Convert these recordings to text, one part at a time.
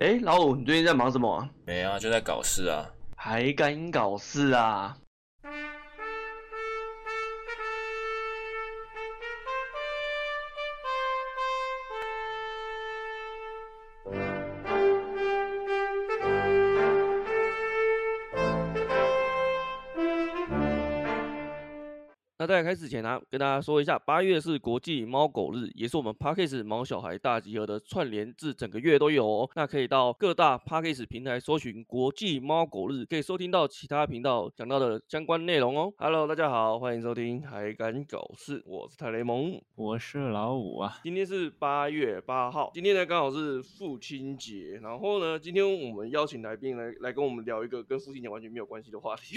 哎，老五，你最近在忙什么啊？没啊，就在搞事啊。还敢搞事啊？那在开始前呢、啊跟大家说一下，八月是国际猫狗日，也是我们 Parkes 毛小孩大集合的串联至整个月都有哦。那可以到各大 Parkes 平台搜寻国际猫狗日，可以收听到其他频道讲到的相关内容哦。Hello，大家好，欢迎收听《还敢搞事》，我是泰雷蒙。我是老五啊，今天是八月八号，今天呢刚好是父亲节，然后呢，今天我们邀请来宾来来跟我们聊一个跟父亲节完全没有关系的话题。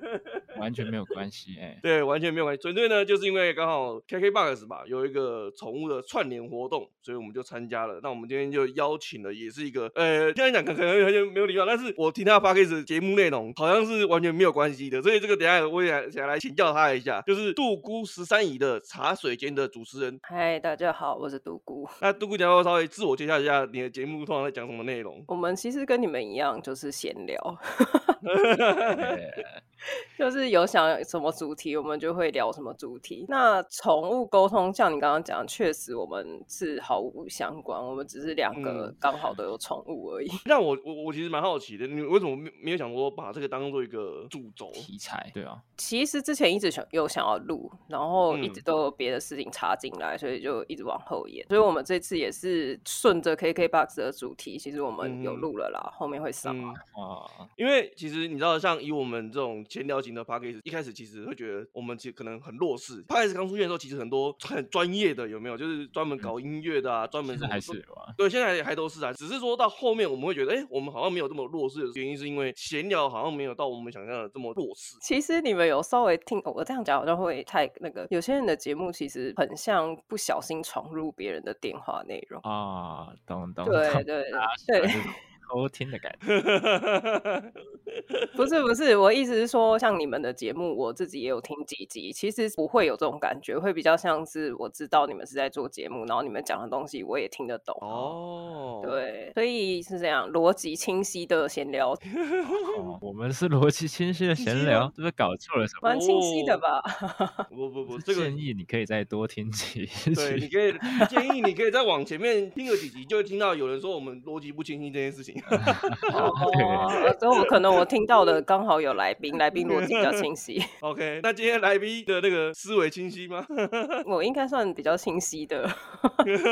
完全没有关系哎、对，完全没有关系。纯粹呢，就是因为刚好 KKBOX 吧有一个宠物的串联活动，所以我们就参加了。那我们今天就邀请了，也是一个呃，现在讲可能可能完全没有礼貌，但是我听他 p a c k a g e 节目内容好像是完全没有关系的，所以这个等一下我也来想来请教他一下，就是杜姑十三姨的茶水间的主持人。嗨，大家好，我是独孤。那杜姑，你要不要稍微自我介绍一下你的节目通常在讲什么内容？我们其实跟你们一样，就是闲聊， 欸，就是有想什么主题，我们就会聊什么主题。那宠物沟通，像你刚刚讲，确实我们是毫无相关，我们只是两个嗯刚好都有宠物而已。 让我我我其实蛮好奇的，你为什么没没有想说把这个当做一个主轴？题材对啊，其实之前一直想有想要录，然后一直嗯都有别的事情插进来，所以就一直往后延。所以我们这次也是顺着 KKBOX 的主题，其实我们有嗯录了啦，后面会上啊。嗯，哇，因为其实你知道，像以我们这种闲聊型的 p a c k a g e 一开始其实会觉得我们其实可能很弱势。p a c k a g e 刚出现的时候，其实很多很专业的有没有，就是专门搞音乐的啊，专门嗯什现在么还都是有啊，对，现在还都是啊，只是说到后面我们会觉得，哎、我们好像没有这么弱势的原因，是因为闲聊好像没有到我们想象的这么弱势。 其实你们有稍微听哦我这样讲，好像会太那个。有些人的节目其实很像不小心闯入别人的电话内容。啊，懂哦懂，对懂对有对，种偷听的感觉， 不是不是，我意思是说，像你们的节目，我自己也有听几集，其实不会有这种感觉，会比较像是我知道你们是在做节目，然后你们讲的东西我也听得懂。哦，，对，所以是这样，逻辑清晰的闲聊， 哦我们是逻辑清晰的清晰闲吗聊，是不是搞错了什么？蛮清晰的哦吧？不不不，这个建议你可以再多听几 集，对，你可以建议你可以再往前面听个几集，就会听到有人说我们逻辑不清晰这件事情。 哦，所以我可能我听到的刚好有来宾，来宾逻 辑比较清晰。 OK，那今天来宾的那个思维清晰吗？ 我应该算比较清晰的。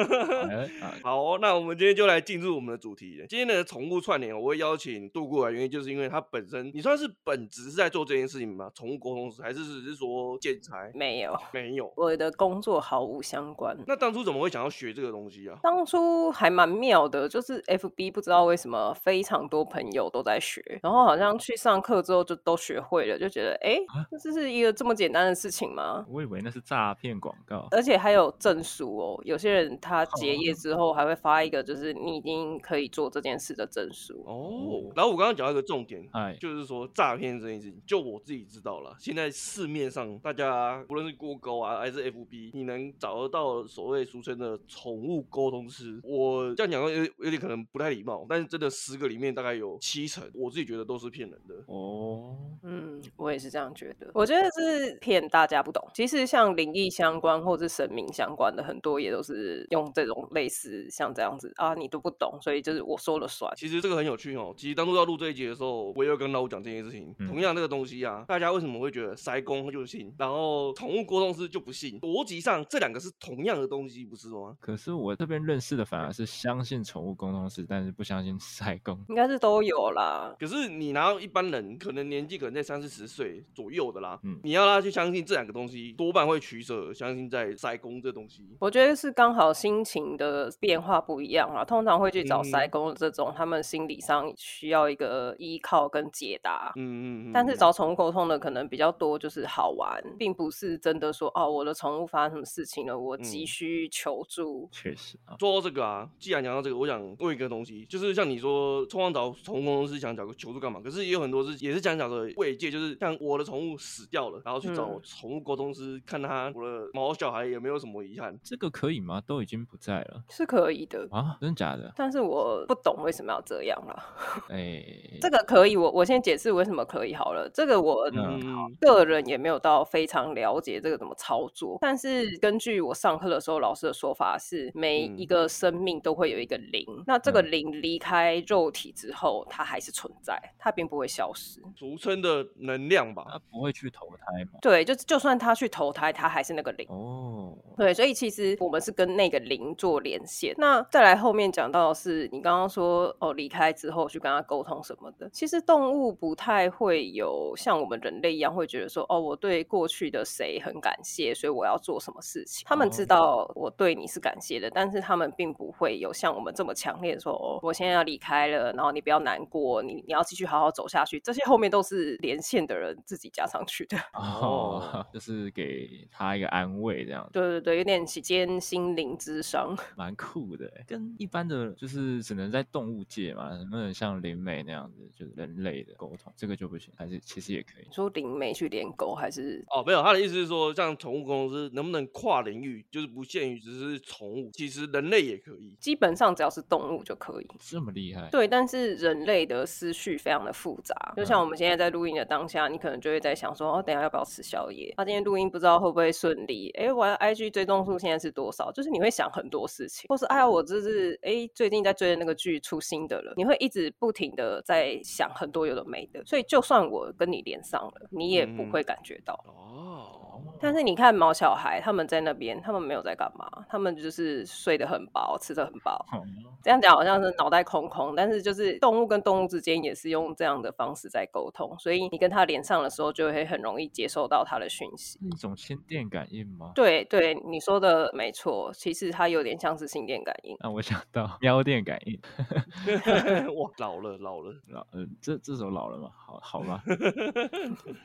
哎啊好哦、那我们今天就来进入我们的主题了。今天的宠物串联，我会邀请杜姑来，原因就是因为他本身，你算是本职是在做这件事情吗？宠物沟通师，还是只是说建材？没有，没有。我的工作毫无相关。那当初怎么会想要学这个东西啊？当初还蛮妙的，就是 FB 不知道为什么非常多朋友都在学，然后好像去上课之后就都学会了，就觉得哎，那这是一个这么简单的事情吗？我以为那是诈骗广告，而且还有证书哦，有些人他结业之后还会发一个，就是你已经可以做这件事的证书。哦，然后我刚刚讲到一个重点，哎，呃就是说诈骗这件事情，就我自己知道了。现在市面上大家无论是 Google 啊，还是 FB，你能找得到所谓俗称的宠物沟通师。我这样讲有有点可能不太礼貌，但是真的十个里面大概有七成，我自己觉得都是骗人的。哦，嗯，我也是这样觉得。我觉得是骗大家不懂。其实像灵异相关或是神明相关的，很多也都是用这种类似像这样子啊，你都不懂，所以就是我说了算。其实这个很有趣哦。其实当初要录这一集的时候，我也有跟老五讲这件事情。嗯同样这个东西啊，大家为什么会觉得塞工就信，然后宠物沟通师就不信？逻辑上这两个是同样的东西，不是吗？可是我这边认识的反而是相信宠物沟通师，但是不相信塞工，应该是都有啦。可是你拿到一般人，可能年纪可能在三四十岁左右的啦，嗯你要他去相信这两个东西，多半会取舍，相信在塞工这东西。我觉得是刚好心情的变化不一样啊，通常会去找筛嗯工的这种，他们心理上需要一个依靠跟解答。嗯嗯嗯。但是嗯找宠物沟通的可能比较多，就是好玩，并不是真的说哦，我的宠物发生什么事情了，我急嗯需求助。确实啊，说到这个啊，既然讲到这个，我想问一个东西，就是像你说冲浪找宠物公司想找个求助干嘛？可是也有很多是也是想找个慰藉，就是像我的宠物死掉了，然后去找嗯宠物沟通师看他我的毛小孩有没有什么遗憾。这个可以吗？都已经不在了是可以的。啊，真的假的？但是我不懂为什么要这样啦。哎，这个可以，我我先解释为什么可以好了。这个我嗯嗯，个人也没有到非常了解这个怎么操作，但是根据我上课的时候老师的说法是，每一嗯个生命都会有一个灵，那这个嗯灵离开肉体之后，它还是存在，它并不会消失。俗称的能量吧。他啊不会去投胎吗？对，就就算它去投胎，它还是那个灵。哦，对，所以其实我们是跟那个零做连线。那再来后面讲到的是你刚刚说哦，离开之后去跟他沟通什么的。其实动物不太会有像我们人类一样会觉得说哦，我对过去的谁很感谢，所以我要做什么事情。他们知哦道我对你是感谢的，但是他们并不会有像我们这么强烈的说哦，我现在要离开了，然后你不要难过，你你要继续好好走下去。这些后面都是连线的人自己加上去的。 哦， 就是给他一个安慰，这样子对对对，有点期间心灵之伤。蛮酷的欸。跟一般的，就是只能在动物界嘛，能不能像灵媒那样子，就是人类的沟通，这个就不行，还是其实也可以你。说灵媒去连狗还是？哦，没有，他的意思是说，像宠物公司能不能跨领域，就是不限于只是宠物，其实人类也可以。基本上只要是动物就可以。这么厉害？对，但是人类的思绪非常的复杂，就像我们现在在录音的当下，你可能就会在想说，哦，等一下要不要吃宵夜？他、今天录音不知道会不会顺利？哎，我的 IG 追踪数现在是多少？就是你会想很多事情，或是哎呀，我就是哎最近在追的那个剧出新的了，你会一直不停的在想很多有的没的，所以就算我跟你连上了，你也不嗯会感觉到。哦，但是你看毛小孩他们在那边，他们没有在干嘛，他们就是睡得很饱，吃得很饱。哦，这样讲好像是脑袋空空，但是就是动物跟动物之间也是用这样的方式在沟通，所以你跟它连上的时候，就会很容易接受到它的讯息。是一种心电感应吗？对对，你说的没错，其实它有点像是心电感应。让我想到喵电感应，哦 哇，老了老了，。老呃，这这首老了吗？好好 吧，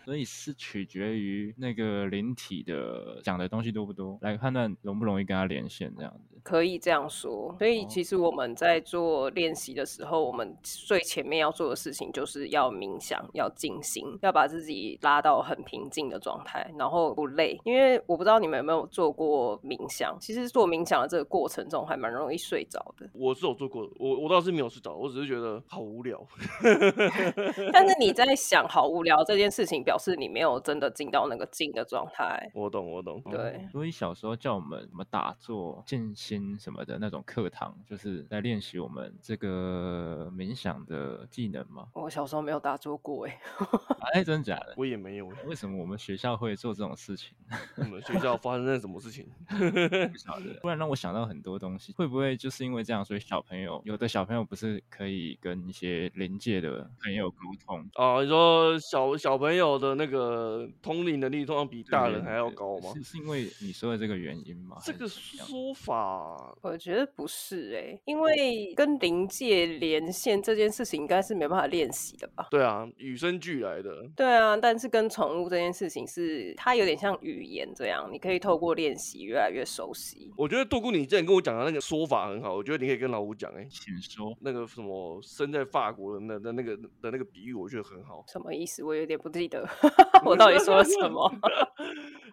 所以是取决于那个灵体的讲的东西多不多，来判断容不容易跟他连线这样子。可以这样说，所以哦其实我们在做练习的时候，我们最前面要做的事情就是要冥想，要静心，要把自己拉到很平静的状态，然后不累。因为我不知道你们有没有做过冥想，其实做冥想的这个过程中还蛮容易睡着的 我是有做过的，我我倒是没有睡着，我只是觉得好无聊。 但是你在想好无聊这件事情，表示你没有真的进到那个静的状态。我懂我懂，对？哦，所以小时候叫我们什么打坐、静心什么的那种课堂，就是在练习我们这个冥想的技能吗 我小时候没有打坐过、欸，哎，哎，真的假的？我也没有，为什么我们学校会做这种事情？ 我们学校发生了什么事情？不晓得，突然让我想到很多东西。会不会就是因为这样，所以小朋友有的小朋友不是可以跟一些临界的朋友沟通？啊，你说小小朋友的那个通灵能力通常比大对人还要高吗是？是因为你说的这个原因吗？这还个是怎么样说法，我觉得不是哎、因为跟灵界连线这件事情应该是没办法练习的吧？对啊，与生俱来的。对啊，但是跟宠物这件事情是，它有点像语言这样，你可以透过练习越来越熟悉。我觉得杜姑你之前跟我讲的那个说法很好，我觉得你可以跟老吴讲哎、请说。那个什么生在法国的那的那个的那个比喻，我觉得很好。什么意思？我有点不记得 我到底说了什么。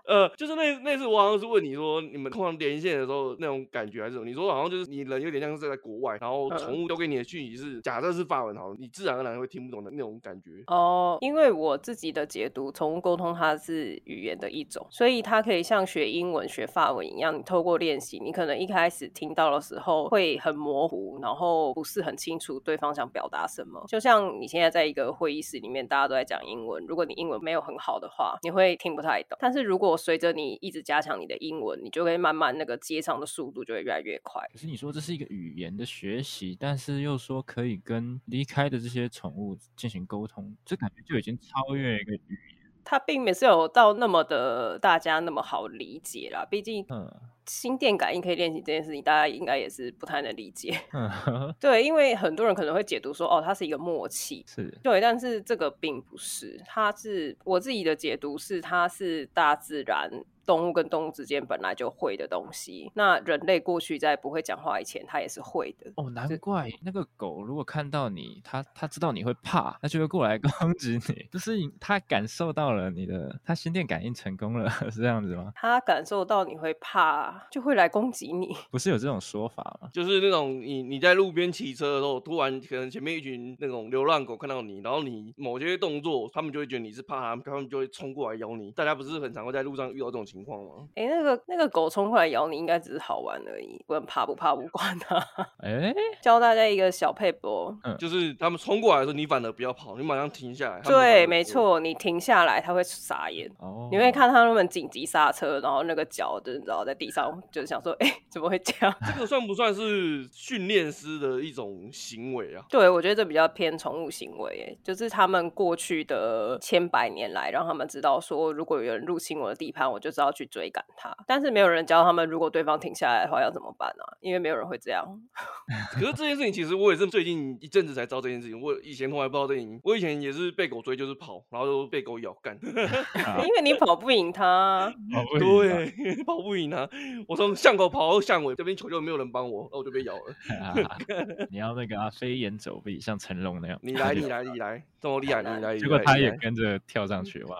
呃，就是那那次我好像是问你说，你们通常连线的时候那种感觉还是什么？你说好像就是你人有点像是在国外，然后嗯宠物丢给你的讯息是假设是法文好了，你自然而然会听不懂的那种感觉。哦，因为我自己的解读，宠物沟通它是语言的一种，所以它可以像学英文、学法文一样，你透过练习，你可能一开始听到的时候会很模糊，然后不是很清楚对方想表达什么。就像你现在在一个会议室里面，大家都在讲英文，如果你英文没有很好的话，你会听不太懂。但是如果随着你一直加强你的英文，你就会慢慢那个接上的速度就会越来越快。可是你说这是一个语言的学习，但是又说可以跟离开的这些宠物进行沟通，这感觉就已经超越一个语言。它并没是有到那么的大家那么好理解啦，毕竟嗯心电感应可以练习这件事情，大家应该也是不太能理解。 嗯， 对，因为很多人可能会解读说，哦，它是一个默契。是对，但是这个并不是，它是我自己的解读是，它是大自然动物跟动物之间本来就会的东西。那人类过去在不会讲话以前，它也是会的。哦，难怪那个狗如果看到你，它它知道你会怕，它就会过来攻击你，就是你它感受到了你的，它心电感应成功了，是这样子吗？它感受到你会怕，就会来攻击你。不是有这种说法吗？就是那种你你在路边骑车的时候，突然可能前面一群那种流浪狗看到你，然后你某些动作，他们就会觉得你是怕他们，他们就会冲过来咬你。大家不是很常会在路上遇到这种情况吗？诶，那个那个狗冲过来咬你，应该只是好玩而已，不然怕不怕无关它。 哎，教大家一个小配博，就是他们冲过来的时候，你反而不要跑，你马上停下来。他们反对，而没会。错，你停下来，它会傻眼。哦，你会看他们紧急刹车，然后那个脚就是你知道在地上，就是想说，哎、怎么会这样？ 这个算不算是训练师的一种行为啊？ 对，我觉得这比较偏宠物行为耶，就是他们过去的千百年来，让他们知道说，如果有人入侵我的地盘，我就知道去追赶他。但是没有人教他们，如果对方停下来的话要怎么办啊？因为没有人会这样。可是这件事情，其实我也是最近一阵子才知道这件事情。我以前从来不知道这件事情，我以前也是被狗追，就是跑，然后就被狗咬 干。啊 因为你跑不赢他，好不啊一样对， 跑不赢他。我从巷口跑到巷尾，这边求救没有人帮我，然后我就被咬了。啊你要那个啊，飞檐走壁，像成龙那样。你来，你来，你来，这么厉 害，你来。你结果来他你也来跟着跳嗯上去， 哇！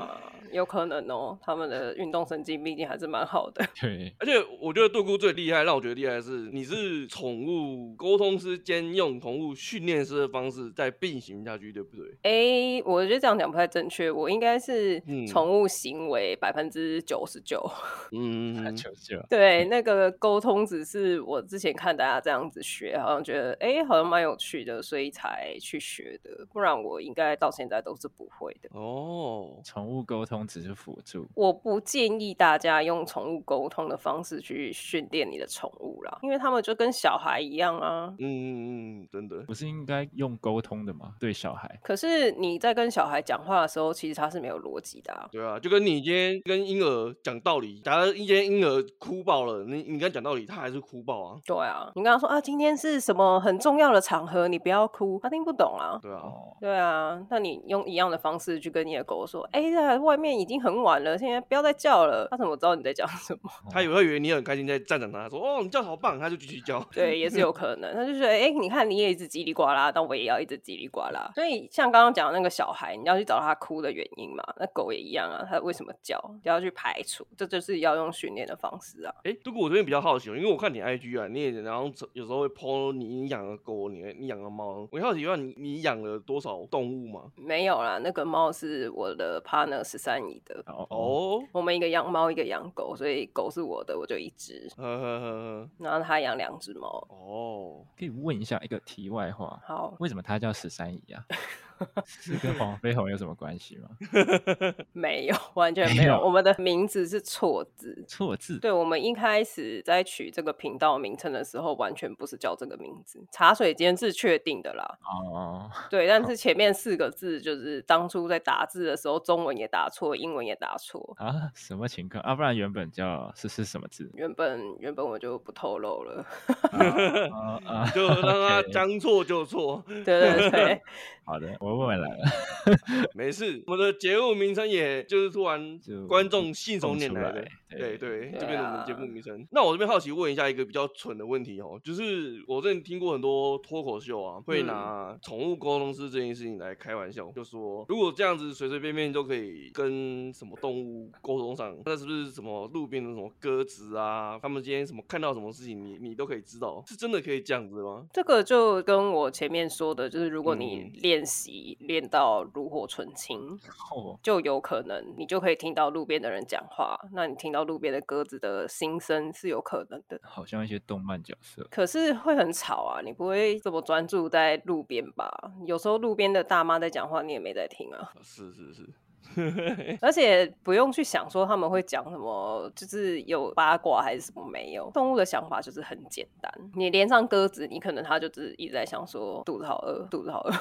啊，有可能哦，他们的运动神经毕竟还是蛮好的。对，而且我觉得杜姑最厉害，让我觉得厉害的是，你是宠物沟通师兼用宠物训练师的方式在并行下去，对不对？哎、我觉得这样讲不太正确，我应该是嗯宠物行为百分之九十九。 嗯，求救，对，那个沟通只是我之前看大家这样子学，好像觉得哎、诶好像蛮有趣的，所以才去学的。不然我应该到现在都是不会的。哦，宠物沟通只是辅助，我不建议大家用宠物沟通的方式去训练你的宠物啦，因为他们就跟小孩一样啊。嗯嗯嗯，真的。不是应该用沟通的吗？对小孩，可是你在跟小孩讲话的时候，其实他是没有逻辑的、啊。对啊，就跟你今天跟婴儿讲道理，假如一天婴儿哭爆了，你你跟他讲道理，他还是哭爆啊。对啊，你跟他说啊，今天是什么很重要的场合，你不要哭，他听不懂啊。对啊，哦，对啊，那你用一样的方式去跟你的狗说：“哎、呀，外面已经很晚了，现在不要再叫了。”它怎么知道你在讲什么？他也会以为你很开心在赞赏他，说哦你叫得好棒，他就继续 叫。对，也是有可能。它就觉得：“哎、你看你也一直叽里呱啦，那我也要一直叽里呱啦。”所以像刚刚讲的那个小孩，你要去找他哭的原因嘛？那狗也一样啊，它为什么叫？就要去排除，这就是要用训练的方式啊。哎，如果我这边比较好奇哦，因为我看你 IG 啊，你也然后有时候会 po 你你养的狗，你你养的猫，我好奇问你你养了多少动物吗？没有啦，那个猫是我的 partner 十三姨的，哦哦，哦，我们一个养猫，一个养狗，所以狗是我的，我就一只，哦呵呵呵然后他养两只猫。呵，哦，可以问一下一个题外话，好，为什么它叫十三姨啊？是跟黄飞鸿有什么关系吗？没有，完全没没有。有我们的名字是错字。错字，对，我们一开始在取这个频道名称的时候，完全不是叫这个名字。茶水间是确定的啦，哦，对，但是前面四个字就是当初在打字的时候，中文也打错，英文也打错。？啊，什么情况啊？不然原本叫是是什么字原本原本我就不透露了，啊啊， 就让它 OK 将错就错，对对对，好的，我问完了。没事。我们的节目名称也就是突然就观众信手蹦拈出来来的，对对对，对这边我们节啊目名称。那我这边好奇问一下一个比较蠢的问题哦，就是我之前听过很多脱口秀啊，会嗯拿宠物沟通师这件事情来开玩笑，就说如果这样子随随便便就可以跟什么动物沟通上，那是不是什么路边的什么鸽子啊，他们今天什么看到什么事情，你你都可以知道，是真的可以这样子吗？这个就跟我前面说的，就是如果你嗯练习练到炉火纯青，哦，就有可能你就可以听到路边的人讲话，那你听到路边的鸽子的心声是有可能的。好像一些动漫角色。可是会很吵啊，你不会这么专注在路边吧？有时候路边的大妈在讲话，你也没在听 啊。啊是是是，而且不用去想说他们会讲什么，就是有八卦还是什么没有。动物的想法就是很简单，你连上鸽子，你可能它就只是一直在想说肚子好饿，肚子好饿，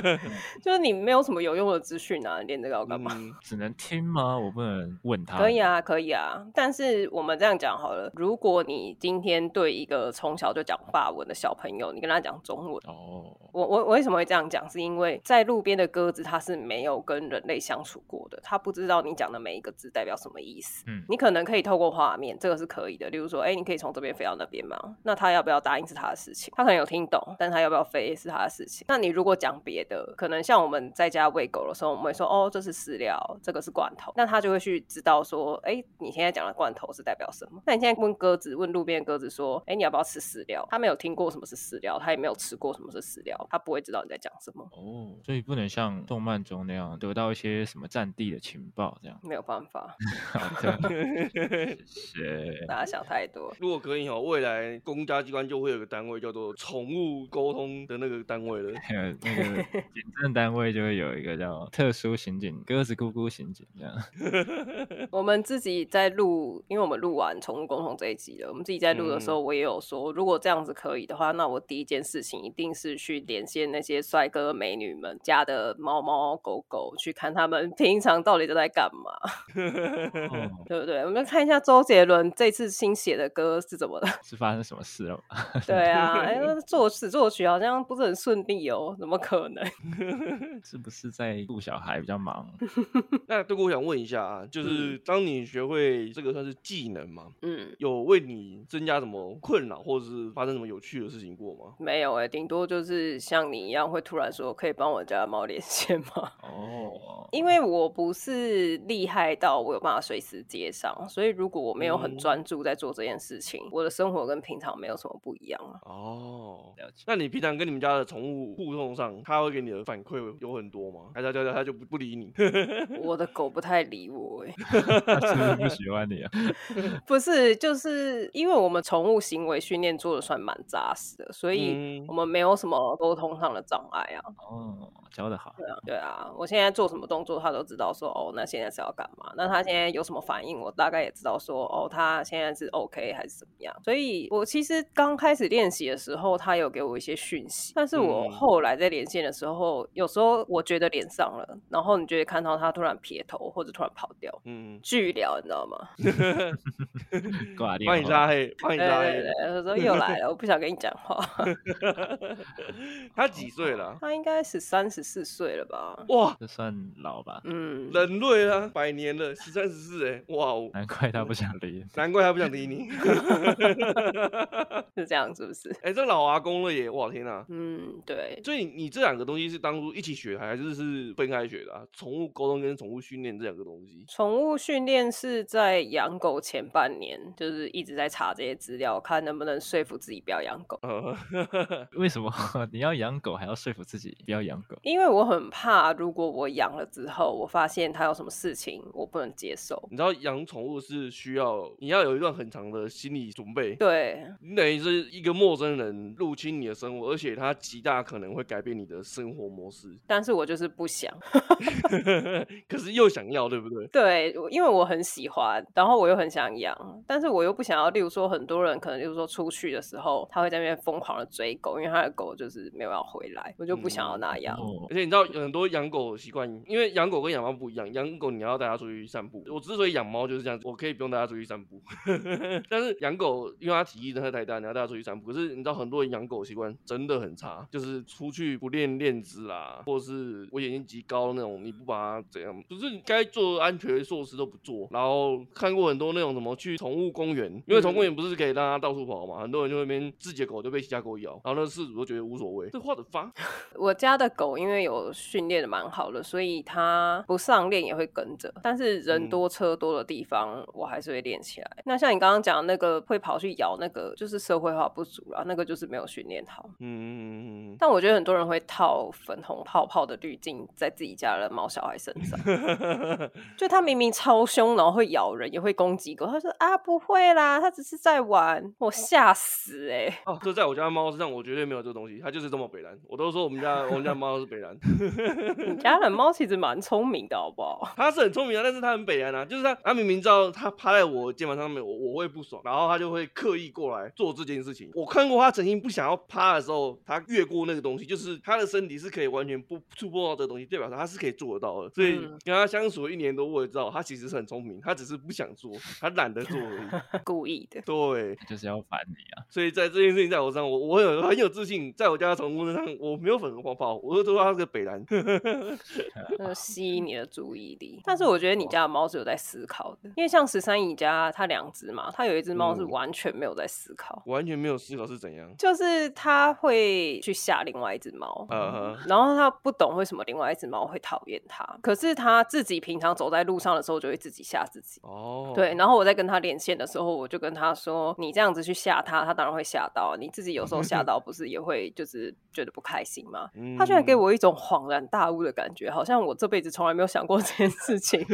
就是你没有什么有用的资讯啊，你连这个要干嘛？嗯，只能听吗？我不能问他。可以，啊，可以啊，但是我们这样讲好了。如果你今天对一个从小就讲法文的小朋友，你跟他讲中文，哦，我我我为什么会这样讲？是因为在路边的鸽子它是没有跟人类相处触过的，他不知道你讲的每一个字代表什么意思。嗯你可能可以透过画面，这个是可以的。例如说，哎、你可以从这边飞到那边吗？那他要不要答应是他的事情，他可能有听懂，但他要不要飞是他的事情。那你如果讲别的，可能像我们在家喂狗的时候，我们会说，哦，这是饲料，这个是罐头，那他就会去知道说，哎、你现在讲的罐头是代表什么？那你现在问鸽子，问路边的鸽子说，哎、你要不要吃饲料？他没有听过什么是饲料，他也没有吃过什么是饲料，他不会知道你在讲什么。哦，所以不能像动漫中那样得到一些什么战地的情报这样。 没有办法，好的，嗯是大家想太多。 如果可以哦，未来公家机关就会有个单位叫做宠物沟通的那个单位了。还有那个警政单位就会有一个叫特殊刑警鸽子咕咕刑警这样。我们自己在录，因为我们录完宠物沟通这一集了，我们自己在录的时候，我也有说，如果这样子可以的话，那我第一件事情一定是去连线那些帅哥美女们家的猫猫狗狗，去看他们平常到底都在干嘛，哦，对不对？我们看一下周杰伦这次新写的歌是怎么了？ 是发生什么事了吗？对啊，哎，那作词作曲好像不是很顺利哦，怎么可能？ 是不是在顾小孩比较忙？那对我想问一下啊，就是当你学会这个算是技能吗？嗯，有为你增加什么困扰，或者是发生什么有趣的事情过吗？没有哎、顶多就是像你一样会突然说，可以帮我家的猫连线吗？ 哦，因为我不是厉害到我有办法随时接上，所以如果我没有很嗯专注在做这件事情，我的生活跟平常没有什么不一样 啊。哦，了解。那你平常跟你们家的宠物互动上，它会给你的反馈有很多吗？还是它它它就不不理你？ 我的狗不太理我、欸， 他是不是不喜欢你啊？不是，就是因为我们宠物行为训练做的算蛮扎实的，所以嗯我们没有什么沟通上的障碍啊。哦，教的好，对啊，我现在做什么动作，他都知道说哦，那现在是要干嘛？那他现在有什么反应，我大概也知道说哦，他现在是 OK 还是怎么样。所以我其实刚开始练习的时候，他有给我一些讯息，但是我嗯后来在连线的时候，有时候我觉得连上了，然后你就会看到他突然撇头或者突然跑掉。嗯，巨聊，你知道吗？挂电帮你拉话。黑，帮你对拉对黑。对，他说又来了，我不想跟你讲话。 它几岁了啊？他应该是三十四岁了吧？哇，这算老吧？嗯，人类啊，百年了，十三十四哎，哇哦，难怪他不想理你。难怪它不想理你。 是这样，是不是？哎、这老阿公了耶！哇天呐、嗯，对，所以你你这两个东西是当初一起学，还是是分开学的、啊？宠物沟通跟宠物训练这两个东西。宠物训练是在养狗前半年，就是一直在查这些资料，看能不能说服自己不要养狗。呃， 为什么 你要养狗还要说服自己不要养狗？因为我很怕，如果我养了之后，我发现它有什么事情我不能接受。你知道养宠物是需要你要有一段很长的心理准备，对，你等于是一个陌生人入侵你的生活，而且它极大可能会改变你的生活模式， 但是我就是不想。可是又想要，对不对？对，我因为我很喜欢，然后我又很想养，但是我又不想要。例如说，很多人可能就是说出去的时候，他会在那边疯狂的追狗，因为他的狗就是没有要回来，我就不想要那样。哦而，且你知道有很多养狗的习惯，因为养狗跟养猫不一样，养狗你要带它出去散步。我之所以养猫就是这样子，我可以不用带它出去散步， 但是养狗因为它体积真的太大，你要带它出去散步。可是你知道很多人养狗习惯真的很差，就是出去不练链子啦，或是危险性极高那种，你不把它怎样，就是你该做的安全措施都不做。然后看过很多那种什么去宠物公园，因为宠物公园不是可以让它到处跑嘛，很多人就会那边自己的狗就被其他狗咬，然后那事主就觉得无所谓，这话的发。我家的狗因为有训练的蛮好的，所以它不上练也会跟着。但是人嗯多车多的地方，我还是会练起来。那像你刚刚讲的那个会跑去咬那个，就是社会化不足啦，那个就是没有训练好。嗯。但我觉得很多人会套粉红泡泡的滤镜在自己家的猫小孩身上，就它明明超凶，然后会咬人，也会攻击狗。他说啊，不会啦，它只是在玩，我吓死哎、哦，这在我家猫身上，我绝对没有这个东西，它就是这么北蓝。我都说我们家我们家猫是北蓝， 你家的猫其实蛮聪明的，好不好？ 它是很聪明啊，但是它很北蓝啊，就是它它明明知道它趴在我肩膀上面，我我会不爽，然后它就会刻意过来做这件事情。我看过它曾经不想要趴的时候，它越过那个东西，就是它的身体是可以完全不触碰到这个东西，代表它是可以做得到的。所以嗯跟它相处了一年多，我也知道它其实是很聪明，它只是不想做，它懒得做而已。故意的。对，就是要烦你啊！所以在这件事情在我身上，我我有很有自信，在我家的宠物身上，我没有粉红泡泡，我就说它是个北蓝。呃，洗移你的注意力。但是嗯我觉得你啊家的猫是有在思考的，因为像十三姨家它两只嘛，它有一只猫是嗯完全没有在思考， 完全没有思考是怎样。就是它会去吓另外一只猫。呃，然后它不懂为什么另外一只猫会讨厌它，可是它自己平常走在路上的时候就会自己吓自己。哦，对，，然后我在跟他连线的时候，我就跟他说：“你这样子去吓他，他当然会吓到。啊你自 己有时候吓到，不是也会就是觉得不开心吗？”他居然给我，我一种恍然大悟的感觉，好像我这辈子从来没有想过这 件事情。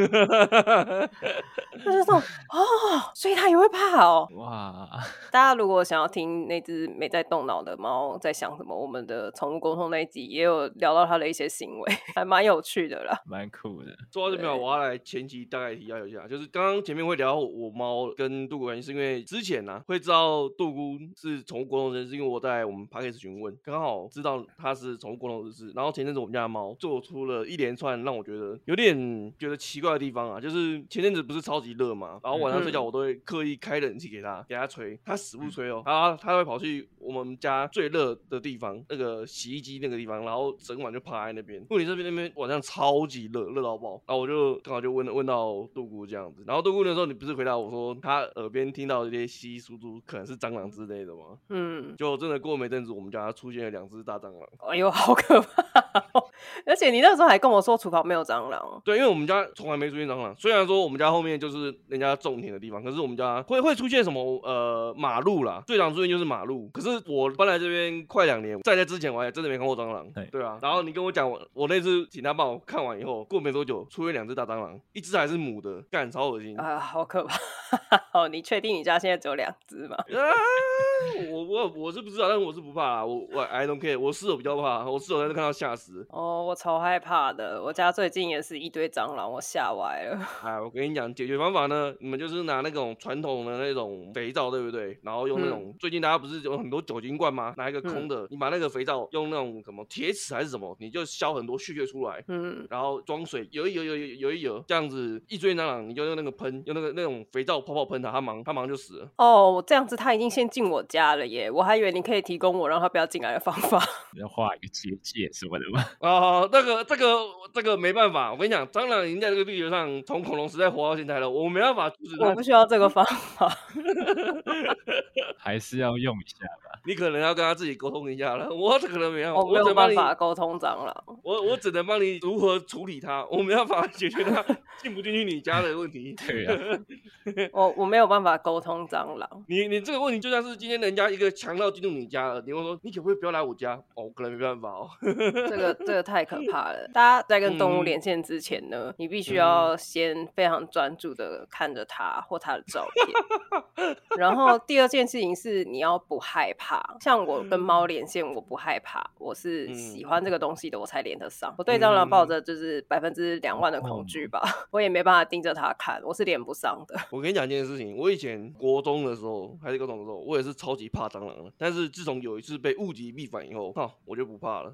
就是这种哦，所以他也会怕哦。哇，大家如果想要听那只没在动脑的猫在想什么，我们的宠物沟通那一集也有聊到它的一些行为， 还蛮有趣的啦。蛮酷的。说到这边，啊我要来前期大概提要一下，就是刚刚前面会聊我猫跟杜姑的关系，是因为之前呢、会知道杜姑是宠物沟通师，是因为我在我们 p a c k a g e 询问，刚好知道它是宠物沟通师。然后前阵子我们家的猫做出了一连串让我觉得有点觉得奇怪的地方啊，就是前阵子不是超级热嘛，然后晚上睡觉嗯我都会刻意开冷气给它，给它吹，它死不吹哦，它它会跑去我们家最热的地方，那个洗衣机那个地方，然后整晚就趴在那边。问题这边那边晚上超级热，热到爆，然后我就刚好就问了问到杜姑这样子，然后杜姑那时候你不是回答我说她耳边听到一些稀稀疏疏，可能是蟑螂之类的吗？嗯，就真的过没阵子，我们家出现了两只大蟑螂。哎呦，好可怕、哦！而且你那时候还跟我说厨房没有蟑螂，对，因为我们家从来没出现蟑螂，虽然说我们家后面就是人家种田的地方，可是我们家会会出现什么呃马路啦，最常出现就是马路。可是我搬来这边快两年，在这之前我还真的没看过蟑螂对。对啊，然后你跟我讲，我我那次请他帮我看完以后，过没多久出现两只大蟑螂，一只还是母的，干超恶心。啊啊，好可怕！哦，你确定你家现在只有两只吗？啊我我我是不知道，但是我是不怕啦，我我 I don't care，我室友比较怕，我室友在那看到吓死。哦，我超害怕的，我家最近也是一堆蟑螂，我吓歪了。哎，我跟你讲，解决方法呢，你们就是拿那种传统的那种肥皂，对不对？然后用那嗯种、最近大家不是有很多酒精罐吗？拿一个空嗯的，你把那个肥皂用那种什么铁尺还是什么，你就削很多屑屑出来。嗯，然后装水，游一游游游游一游，这样子一追蟑螂，你就用那个喷，用那个那种肥皂泡泡喷它，它忙它忙就死了。哦，我这样子它已经先进我家了耶，我还以为你可以提供我让它不要进来的方法。要画一个结界什么的吗？ 啊、那个这个这个没办法，我跟你讲，蟑螂已经在这个地球上从恐龙时代活到现在了，我没办法阻止它我不需要这个方法。还是要用一下？你可能要跟他自己沟通一下了， 我可能没办法，哦我没只有能帮办你法沟通 蟑螂。我我只能帮你如何处理它，我没办法解决它进不进去你家的问题。对 啊，我我没有办法沟通蟑螂。你你这个问题就像是今天人家一个强盗进入你家了，你会说你可不可以不要来我家？哦，可能没办法哦。 这个这个太可怕了。大家在跟动物嗯连线之前呢，你必须要先非常专注的看着它或它的照片。然后第二件事情是你要不害怕，像我跟猫连线，我不害怕，我是喜嗯欢这个东西的，我才连得上。我对蟑螂抱着就是百分之两万的恐哦惧吧， 我也没办法盯着它看，我是连不上的。我跟你讲一件事情，我以前国中的时候还是高中的时候，我也是超级怕蟑螂的。但是自从有一次被物极必反以后，哈、我就不怕了，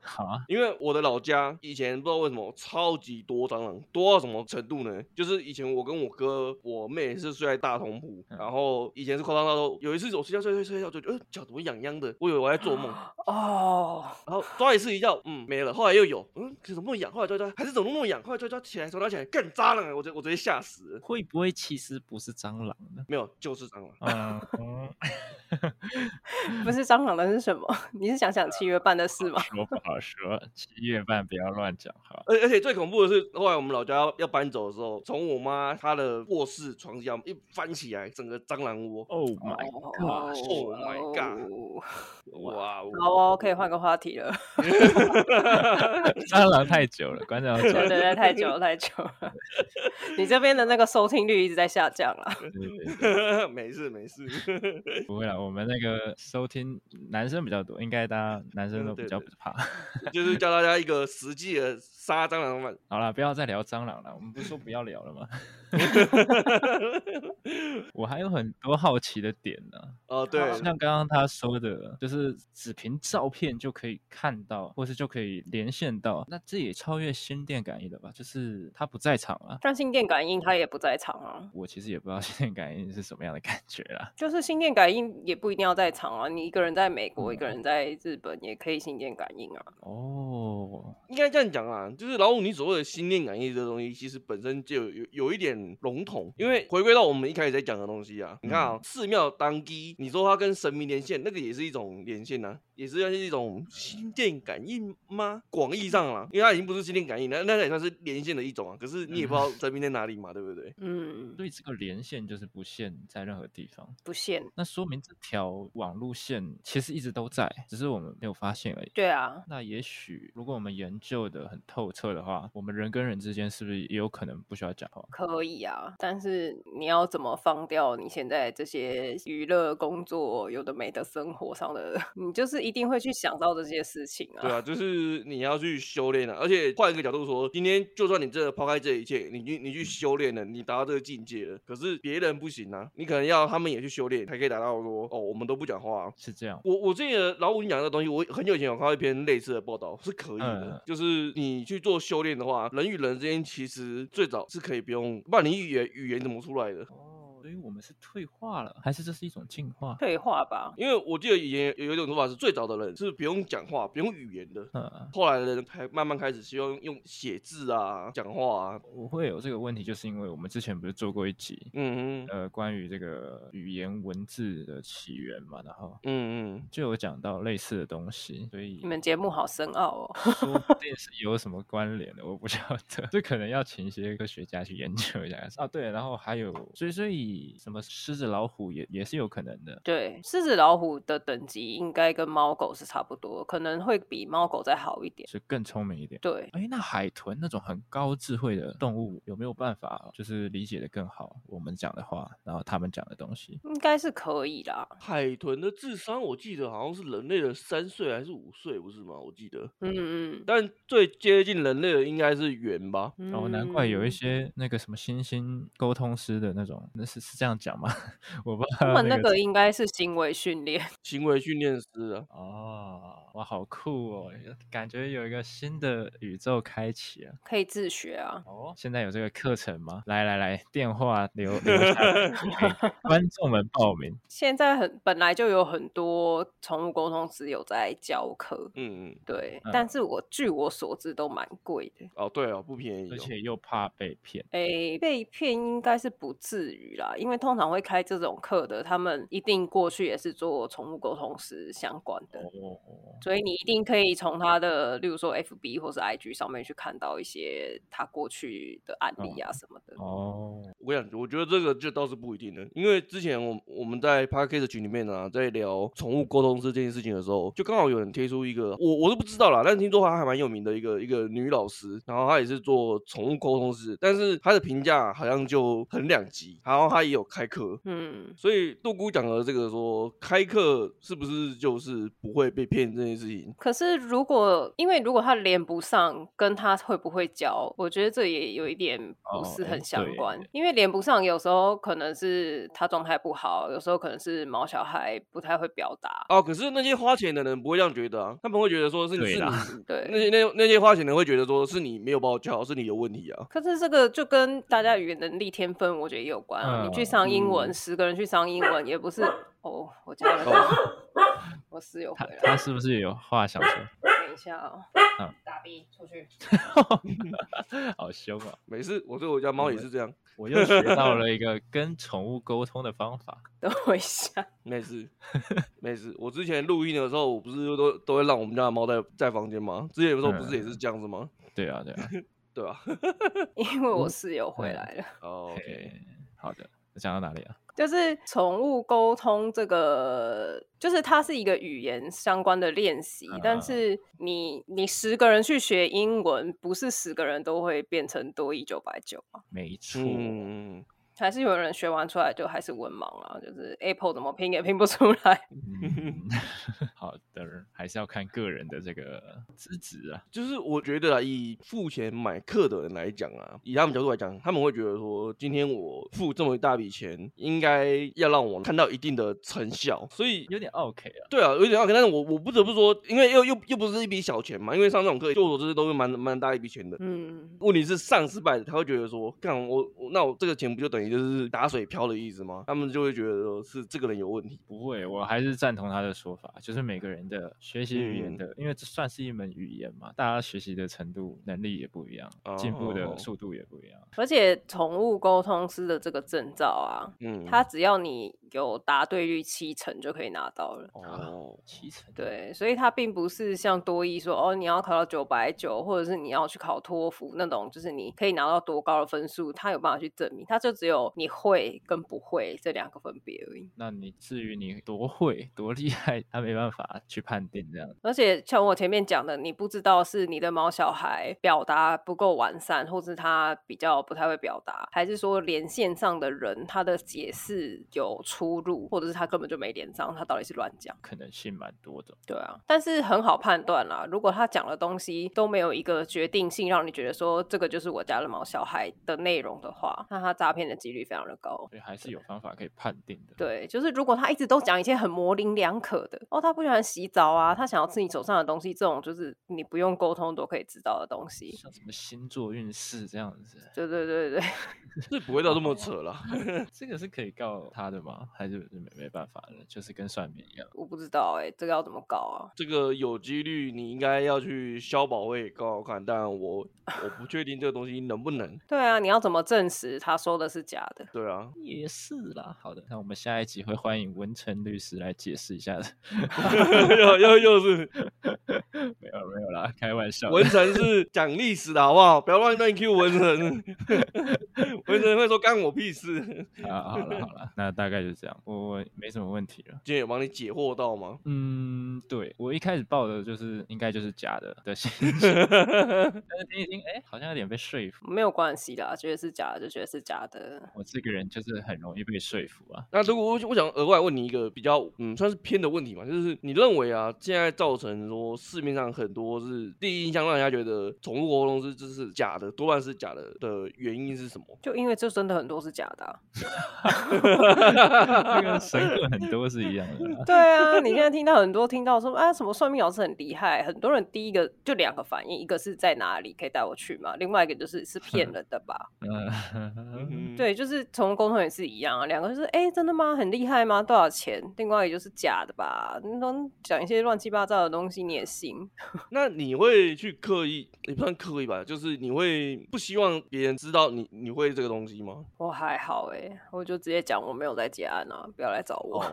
好啊，因为我的老家以前不知道为什么超级多蟑螂，多到什么程度呢？就是以前我跟我哥、我妹是睡在大通铺，嗯然后以前是夸张到说，有一次我睡觉睡睡睡觉就觉得，呃，脚怎么痒痒的？我以为我在做梦，哦，然后抓一次一觉，嗯，没了。后来又有，嗯，可是怎么那么痒？后来抓抓还是怎么那么痒？后来抓抓起来，手抓起来，干蟑螂了，我直我直接吓死了。会不会其实不是蟑螂呢？没有，就是蟑螂。嗯， 不是蟑螂的是什么？ 你是想想七月半的事吗？说不好说，七月半不要乱讲啊话。而而且最恐怖的是，后来我们老家要要搬走的时候，从我妈她的卧室床下一翻起来，整个蟑螂窝。 Oh my god！ Oh my god 哦哇哦！好哦，可 以换个话题了。蟑螂太久了，馆长要 对转。对对，太久了太久了。 你这边的那个收听率一直在下降啊。 对对对 没事没事，不会啦，我们那个收听男生比较多，应该大家男生嗯都比对较对不怕。 就是教大家一个实际的杀蟑螂法。好了，不要再聊蟑螂了，我们不是说不要聊了 吗？我还有很多好奇的点呢、哦，对，好像刚刚他说的，就是只凭照片就可以看到，或是就可以连线到，那这也超越心电感应了吧？就是他不在场啊，但心电感应它也不在场啊，我其实也不知道心电感应是什么样的感觉啦。就是心电感应也不一定要在场啊，你一个人在美国，一个人在日本也可以心电感应啊。哦，应该这样讲啊，就是老五你所谓的心念感应这个东西，其实本身就有有有一点笼统，因为回归到我们一开始在讲的东西啊，你看啊，寺庙当机，你说它跟神明连线，那个也是一种连线啊，也是算是一种心电感应吗？广义上啦，因为它已经不是心电感应，那那也算是连线的一种啊。可是你也不知道神明在哪里嘛，对不对？嗯，所以这个连线就是不限在任何地方，不限。那说明这条网路线其实一直都在，只是我们没有发现而已。对啊，那也许如果我们研究的很透彻的话，我们人跟人之间是不是也有可能不需要讲话？可以啊，但是你要怎么放掉你现在这些娱乐、工作、有的没的生活上的，你就是一定会去想到这些事情啊。对啊，就是你要去修炼啊。而且换一个角度说，今天就算你真的抛开这一切，你去你去修炼了，你达到这个境界了，可是别人不行啊，你可能要他们也去修炼，才可以达到说哦，我们都不讲话啊、是这样，我我之前的老五你讲的东西，我很久以前有看到一篇类似的报道，是可以的。嗯就是你去做修炼的话，人与人之间其实最早是可以不用，不然你语言语言怎么出来的？哦，所以我们是退化了，还是这是一种进化？退化吧，因为我记得以前有有一种说法是，最早的人是不用讲话、不用语言的，嗯，后来的人开慢慢开始希望用写字啊、讲话啊，我会有这个问题，就是因为我们之前不是做过一集，嗯嗯呃，关于这个语言文字的起源嘛，然后嗯嗯，就有讲到类似的东西，所以你们节目好深奥哦。说 不定是有什么关联的，我不晓得， 这可能要请一些科学家去研究一下啊。对，然后还有，所以所以什么狮子、老虎也也是有可能的。对，狮子、老虎的等级应该跟猫狗是差不多，可能会比猫狗再好一点。是更聪明一点。对，哎，那海豚那种很高智慧的动物有没有办法，就是理解的更好我们讲的话，然后他们讲的东西？应该是可以啦。海豚的智商我记得好像是人类的三岁还是五岁，不是吗？我记得，嗯嗯但最接近人类的应该是猿吧。嗯。哦，难怪有一嗯些那个什么猩猩沟通师的那种，那是是这样讲吗？ 我不知他道们那个个应该是行为训练。 行为训练师啊，哦，哇，好酷哦，感觉有一个新的宇宙开启啊！可以自学啊。哦，现在有这个课程吗？来来来，电话留留下 来给观众们报名。现在很本来就有很多宠物沟通师有在教课，嗯嗯，对，嗯但是我据我所知都蛮贵的。哦对哦，不便宜、哦，而且又怕被骗，诶，被骗应该是不至于啦，因为通常会开这种课的，他们一定过去也是做宠物沟通师相关的，哦，所以你一定可以从他的，例如说 FB 或是 IG 上面去看到一些他过去的案例啊什么的。哦，我跟你讲，我觉得这个就倒是不一定的，因为之前我我们在 p a r k a s 群里面啊，在聊宠物沟通师这件事情的时候，就刚好有人贴出一个，我我是不知道啦，但听说她还蛮有名的一个一个女老师，然后她也是做宠物沟通师，但是她的评价好像就很两极，然后她也有开课。嗯，所以杜姑讲的这个说开课是不是就是不会被骗这件事情，可是如果因为如果他连不上，跟他会不会教，我觉得这也有一点哦不是诶很相对关。因为连不上，有时候可能是他状态不好，有时候可能是毛小孩不太会表达。哦，可是那些花钱的人不会这样觉得啊，他们会觉得说是你对是啦你，那些对，那那些花钱的人会觉得说是你没有把我教好，是你有问题啊。可是这个就跟大家语言能力、天分，我觉得也有关啊。你去嗯上英文，嗯十个人去上英文，也不是哦，我家人，哦我室友他回来他了，是不是也有话想说？等一下哦 嗯，打 B 出去。 好凶啊！没事，我对我家猫也是这样，我又学到了一个跟宠物沟通的方法。等我一下，没事，没事。我之前录音的时候，我不是都都会让我们家的猫在在房间吗？之前的时候不是也是这样子吗？对啊，对 啊。对哦吧、因为我室友回嗯来了。 o k 诶好的，讲到哪里啊？就是宠物沟通这个，就是它是一个语言相关的练习，嗯但是你你十个人去学英文，不是十个人都会变成多一九百九啊，没错，嗯，还是有人学完出来就还是文盲啊，就是 Apple 怎么拼也拼不出来。嗯 好的，还是要看个人的这个资质啊。就是我觉得啊，以付钱买课的人来讲啊，以他们角度来讲，他们会觉得说，今天我付这么一大笔钱，应该要让我看到一定的成效，所以有点 OK 啊，对啊，有点 OK，但是我我不得不说，因为又又又不是一笔小钱嘛，因为上这种课，就我所知都是蛮蛮大一笔钱的。嗯，问题是上失败的，他会觉得说，干我我那我这个钱不就等于于就是打水漂的意思吗？他们就会觉得说是这个人有问题。不会，我还是赞同他的说法，就是每个人的学习语言嗯的，因为这算是一门语言嘛，大家学习的程度、能力也不一样，进步哦的速度也不一样。而且宠物沟通师的这个证照啊，嗯，它只要你有答对率七成就可以拿到了。哦，七成，对，所以它并不是像多一说哦，你要考到九百九，或者是你要去考托福那种，就是你可以拿到多高的分数，它有办法去证明，它就只有你会跟不会这两个分别而已。那你至于你多会多厉害，他没办法去判定这样。而且像我前面讲的，你不知道是你的毛小孩表达不够完善，或是他比较不太会表达，还是说连线上的人他的解释有出入，或者是他根本就没连上，他到底是乱讲。可能性蛮多的。对啊，但是很好判断啦。如果他讲的东西都没有一个决定性，让你觉得说这个就是我家的毛小孩的内容的话，那他诈骗的几率非常的高。所以还是有方法可以判定的。，对，就是如果他一直都讲一些很模棱两可的，哦，他不喜欢洗澡啊，他想要吃你手上的东西，这种就是你不用沟通都可以知道的东西。像什么星座运势这样子， 对对对 对， 是不会到这么扯啦。这个是可以告他的吗？还是没没办法的？就是跟算命一样，我不知道哎、这个要怎么搞啊？这个有几率你应该要去消保会搞搞看，但我我不确定这个东西能不能。对啊，你要怎么证实他说的是假的？对啊， 也是啦。好的，那我们下一集会欢迎文成律师来解释一下的。 又又又是没有没有啦，开玩笑的。文成是讲历史的好不好？不要乱乱 Q 文成， 文成会说干我屁事。啊，好了好了，那大概就这样，我没什么问题了。今天有帮你解惑到吗？嗯，对我一开始报的就是应该就是假的的信息， 但是听一听，哎、好像有点被说服。没有关系啦，觉得是假的就觉得是假的。我这个人就是很容易被说服啊。那如果我我想额外问你一个比较嗯算是偏的问题嘛，就是你认为啊，现在造成说市面上很多是第一印象让人家觉得宠物沟通是这是假的，多半是假的的原因是什么？就因为这真的很多是假的、啊。。这跟神棍很多是一样的啦对啊，你现在听到很多听到说啊，什么算命老师很厉害，很多人第一个就两个反应，一个是在哪里可以带我去嘛，另外一个就是是骗人的吧。 嗯，嗯，，对，就是宠物沟通也是一样啊，两个就是哎、诶真的吗？很厉害吗？多少钱？另外一个就是假的吧，你都讲一些乱七八糟的东西你也信？那你会去刻意也不算刻意吧，就是你会不希望别人知道你你会这个东西吗？我还好哎、我就直接讲我没有在结案啊，不要来找我。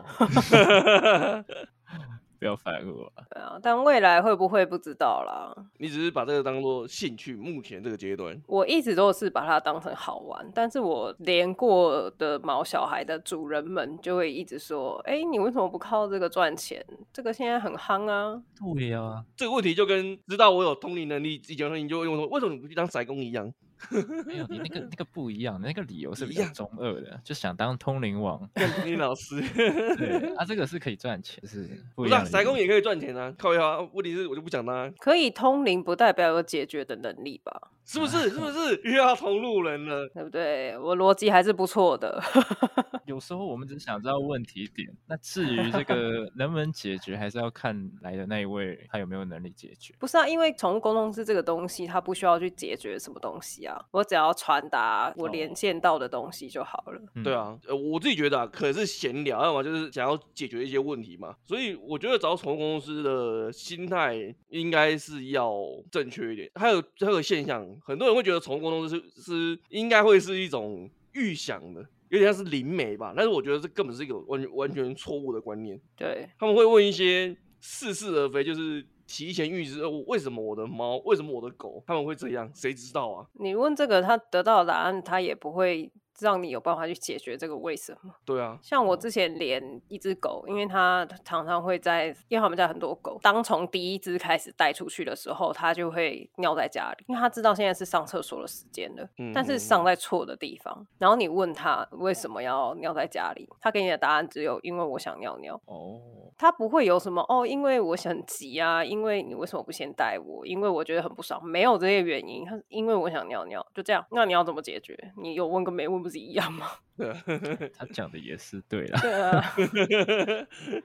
不要烦我啊。对啊，但未来会不会不知道啦。你只是把这个当做兴趣，目前这个阶段。我一直都是把它当成好玩，但是我连过的毛小孩的主人们就会一直说：“哎、你为什么不靠这个赚钱？这个现在很夯啊对呀、啊，这个问题就跟知道我有通灵能力，以前你就会问我说为什么你不去当宅工一样。没有你那个那个不一样，那个理由是一比较样。中二的，就想当通灵王干你老师， 对，他、这个是可以赚钱，就是不不一是、啊、样的理由。宅工也可以赚钱啊，靠呀！问题是我就不想当、啊，！”可以通灵，不代表有解决的能力吧？是不是？是不是又要同路人了？对不对？我逻辑还是不错的。 有时候我们只想知道问题点，那至于这个 能不能解决，还是要看来的那一位他有没有能力解决。不是啊，因为宠物沟通师这个东西，它不需要去解决什么东西啊，我只要传达我哦连线到的东西就好了。嗯对，啊，呃，我自己觉得啊，可能是闲聊，要么就是想要解决一些问题嘛。所以我觉得找宠物公司的心态应该是要正确一点。还有还有个现象，很多人会觉得宠物公司是是应该会是一种预想的，有点像是灵媒吧。但是我觉得这根本是一个完全完全错误的观念。对，他们会问一些似是而非，就是提前预知，呃我为什么我的猫，为什么我的狗，他们会这样，谁知道啊？你问这个，他得到的答案，他也不会让你有办法去解决这个为什么。对 啊，像我之前连一只狗，因为它常常会在，因为他们家很多狗，当从第一只开始带出去的时候，它就会尿在家里，因为它知道现在是上厕所的时间了，嗯但是上在错的地方。然后你问它为什么要尿在家里，它给你的答案只有因为我想尿尿。哦，它不会有什么哦，因为我很急啊，因为你为什么不先带我？因为我觉得很不爽，没有这些原因，它是因为我想尿尿，就这样。那你要怎么解决？你有问跟没问不是一样吗？他讲的也是对啦。对啊。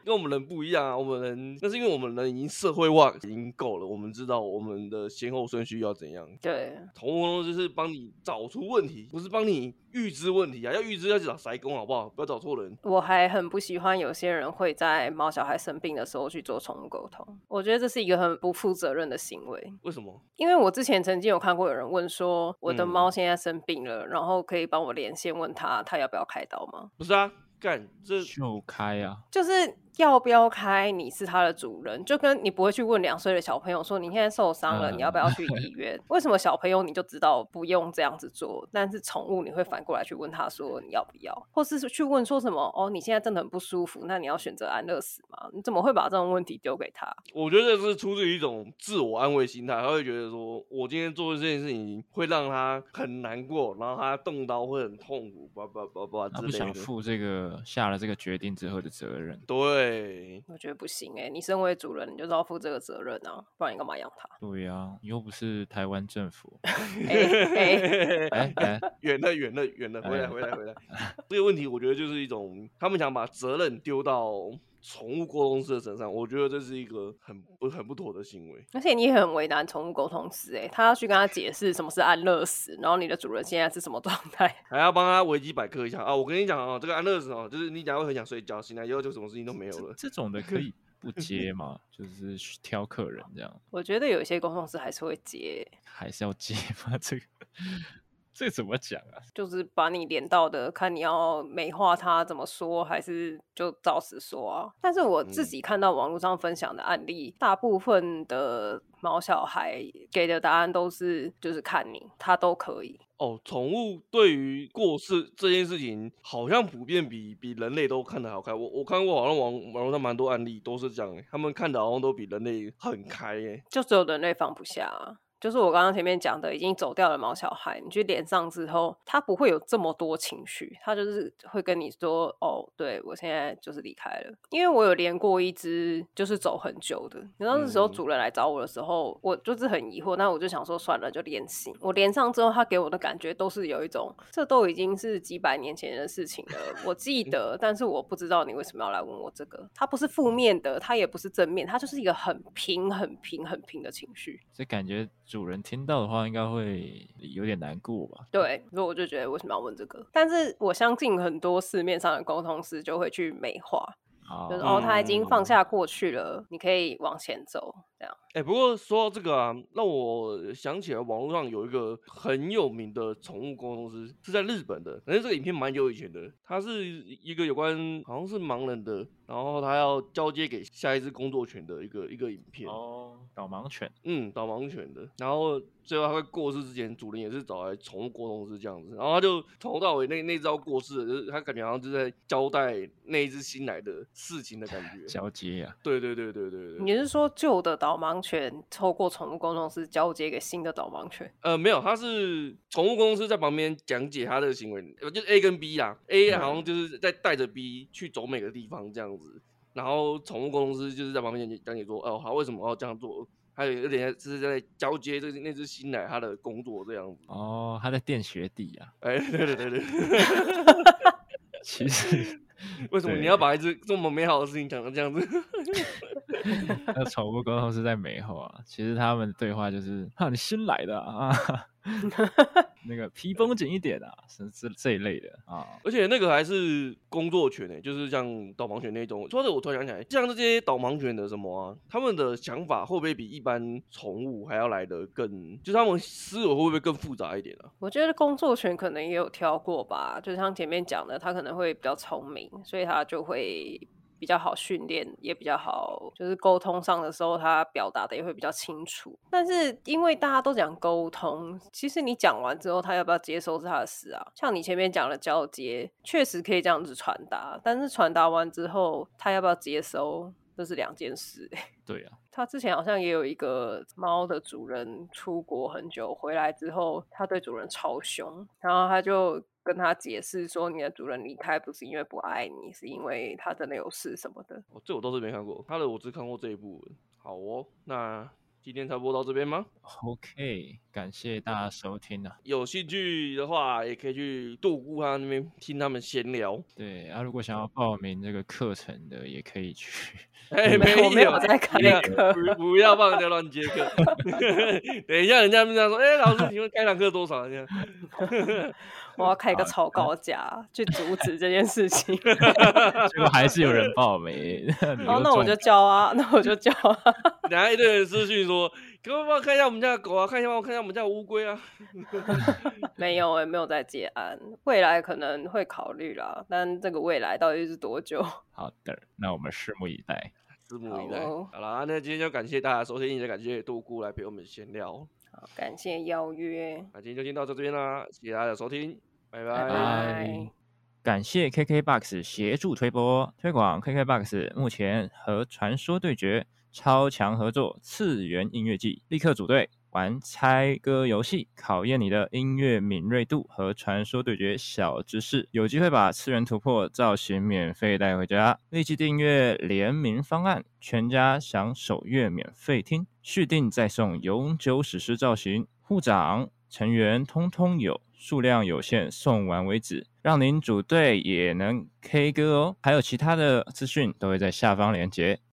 跟我们人不一样啊，我们人那是因为我们人已经社会化已经够了，我们知道我们的先后顺序要怎样。 对，宠物公司是帮你找出问题，不是帮你预知问题啊，要预知要去找筛工好不好？不要找错人。我还很不喜欢有些人会在猫小孩生病的时候去做宠物沟通，我觉得这是一个很不负责任的行为。为什么？因为我之前曾经有看过有人问说，我的嗯猫现在生病了，然后可以帮我连线问他，他要不要开刀吗？不是啊，干这秀开啊，就是要不要开，你是它的主人，就跟你不会去问两岁的小朋友说你现在受伤了，嗯你要不要去医院？为什么小朋友你就知道不用这样子做，但是宠物你会反过来去问他说你要不要，或是去问说什么哦，你现在真的很不舒服，那你要选择安乐死吗？你怎么会把这种问题丢给他？我觉得这是出自于一种自我安慰心态，他会觉得说，我今天做的这件事情会让他很难过，然后他动刀会很痛苦，叭叭叭叭之他啊不类想的。负这个下了这个决定之后的责任。对，我觉得不行哎、你身为主人，你就是要负这个责任啊，不然你干嘛养它？对呀、啊，你又不是台湾政 府。哎哎，哎哎，远了远了远了，回来回来 回来。这个问题我觉得就是一种，他们想把责任丢到宠物沟通师的身上，我觉得这是一个很不很不妥的行为。而且你也很为难宠物沟通师哎、他要去跟他解释什么是安乐死，然后你的主人现在是什么状态？还要帮他维基百科一下啊！我跟你讲哦，这个安乐死哦，就是你假如很想睡觉，醒来以后就什么事情都没有了。这种的可以不接嘛？就是去挑客人这样，我觉得有一些沟通师还是会接，还是要接吗？ 这个这个怎么讲啊？就是把你连到的，看你要美化他怎么说，还是就照实说啊。但是我自嗯己看到网络上分享的案例，大部分的毛小孩给的答案都是就是看你，他都可以。哦，宠物对于过世这件事情，好像普遍比比人类都看得好开。我我看过好像网网络上蛮多案例都是这样、欸，他们看的好像都比人类很开欸诶、就只有人类放不下、啊。就是我刚刚前面讲的，已经走掉了毛小孩，你去连上之后，他不会有这么多情绪，他就是会跟你说：“哦，对我现在就是离开了。”因为我有连过一只就是走很久的，你知道那时候嗯主人来找我的时候，我就是很疑惑，那我就想说算了，就连醒。我连上之后，他给我的感觉都是有一种，这都已经是几百年前的事情了，我记得，但是我不知道你为什么要来问我这个。它不是负面的，它也不是正面，它就是一个很平、很平、很平的情绪。这感觉主人听到的话，应该会有点难过吧？对，所以我就觉得为什么要问这个？但是我相信很多市面上的沟通师就会去美化，啊就是哦，他已经放嗯下过去了，你可以往前走，这样。哎、不过说到这个啊，让我想起来网络上有一个很有名的宠物沟通师，是在日本的，反正这个影片蛮久以前的。他是一个有关好像是盲人的，然后他要交接给下一只工作犬的一个一个影片。哦，导盲犬嗯，导盲犬的。然后最后他会过世之前，主人也是找来宠物沟通师这样子。然后他就从头到尾那那招过世了，就是他感觉好像就在交代那一只新来的事情的感觉。交接啊呀、对对对对对你对。是说旧的导盲犬透过宠物沟通师交接给新的导盲犬？呃，没有，他是宠物公司在旁边讲解他的行为，呃就是 A 跟 B 啦。A 好像就是在带着 B 去走每个地方这样子，然后宠物公司就是在旁边讲解讲解说，哦，好，为什么要这样做？还有有点像是在交接这那只新来他的工作这样子。哦，他在垫学弟 呀、哎，对对对对。其实 为什么你对要把一只这么美好的事情讲成这样子？ 那宠物沟通是在美后啊，其实他们的对话就是啊，你新来 的啊，啊那个皮绷紧一点啊，是这这一类的啊。而且那个还是工作犬诶、就是像导盲犬那种。说的我突然想起来，像这些导盲犬的什么啊，他们的想法会不会比一般宠物还要来的更，就是他们思维会不会更复杂一点啊？我觉得工作犬可能也有挑过吧，就像前面讲的，它可能会比较聪明，所以它就会比较好训练，也比较好，就是沟通上的时候，它表达的也会比较清楚。但是因为大家都讲沟通，其实你讲完之后，它要不要接收是它的事啊。像你前面讲的交接，确实可以这样子传达，但是传达完之后，它要不要接收，这是两件事、对 啊，他之前好像也有一个猫的主人出国很久，回来之后，他对主人超凶，然后他就跟他解释说，你的主人离开不是因为不爱你，是因为他真的有事什么的。哦，这我倒是没看过，他的我只看过这一部。好哦，那今天差不多到这边吗？ OK，感谢大家收听啊。有兴趣的话，也可以去度姑他那边听他们闲 聊。对啊，如果想要报名这个课程的，也可以 去。 哎、没有我没有啊有在开不要课不不要帮人家乱接 课。啊等一下，人家这样说，哎、老师，请问开堂课多少？这样我要开一个超高价去阻止这件事情。 结果还是有人报名。 然哦后那我就教啊，那我就教啊。 等下一堆人私讯说，可不可以帮我看一下我们家的狗啊？看一下帮我看一下我们家的乌龟啊？没有、欸，也没有在接案，未来可能会考虑啦，但这个未来到底是多 久？好的，那我们拭目以待。拭目以待。好哦好啦，那今天就感谢大家收听，也感谢杜姑来陪我们闲聊。好，感谢邀约，那今天就先到这边啦，谢谢大家的收听，拜拜拜。感谢 KKBOX 协助推播推广 KKBOX 目前和《传说对决》超强合作次元音乐季，立刻组队玩猜歌游戏，考验你的音乐敏锐度和《传说对决》小知识，有机会把次元突破造型免费带回家。立即订阅联名方案，全家享首月免费听，续订再送永久史诗造型护长。成员通通有，数量有限，送完为止。让您组队也能 K 歌哦。还有其他的资讯都会在下方连接。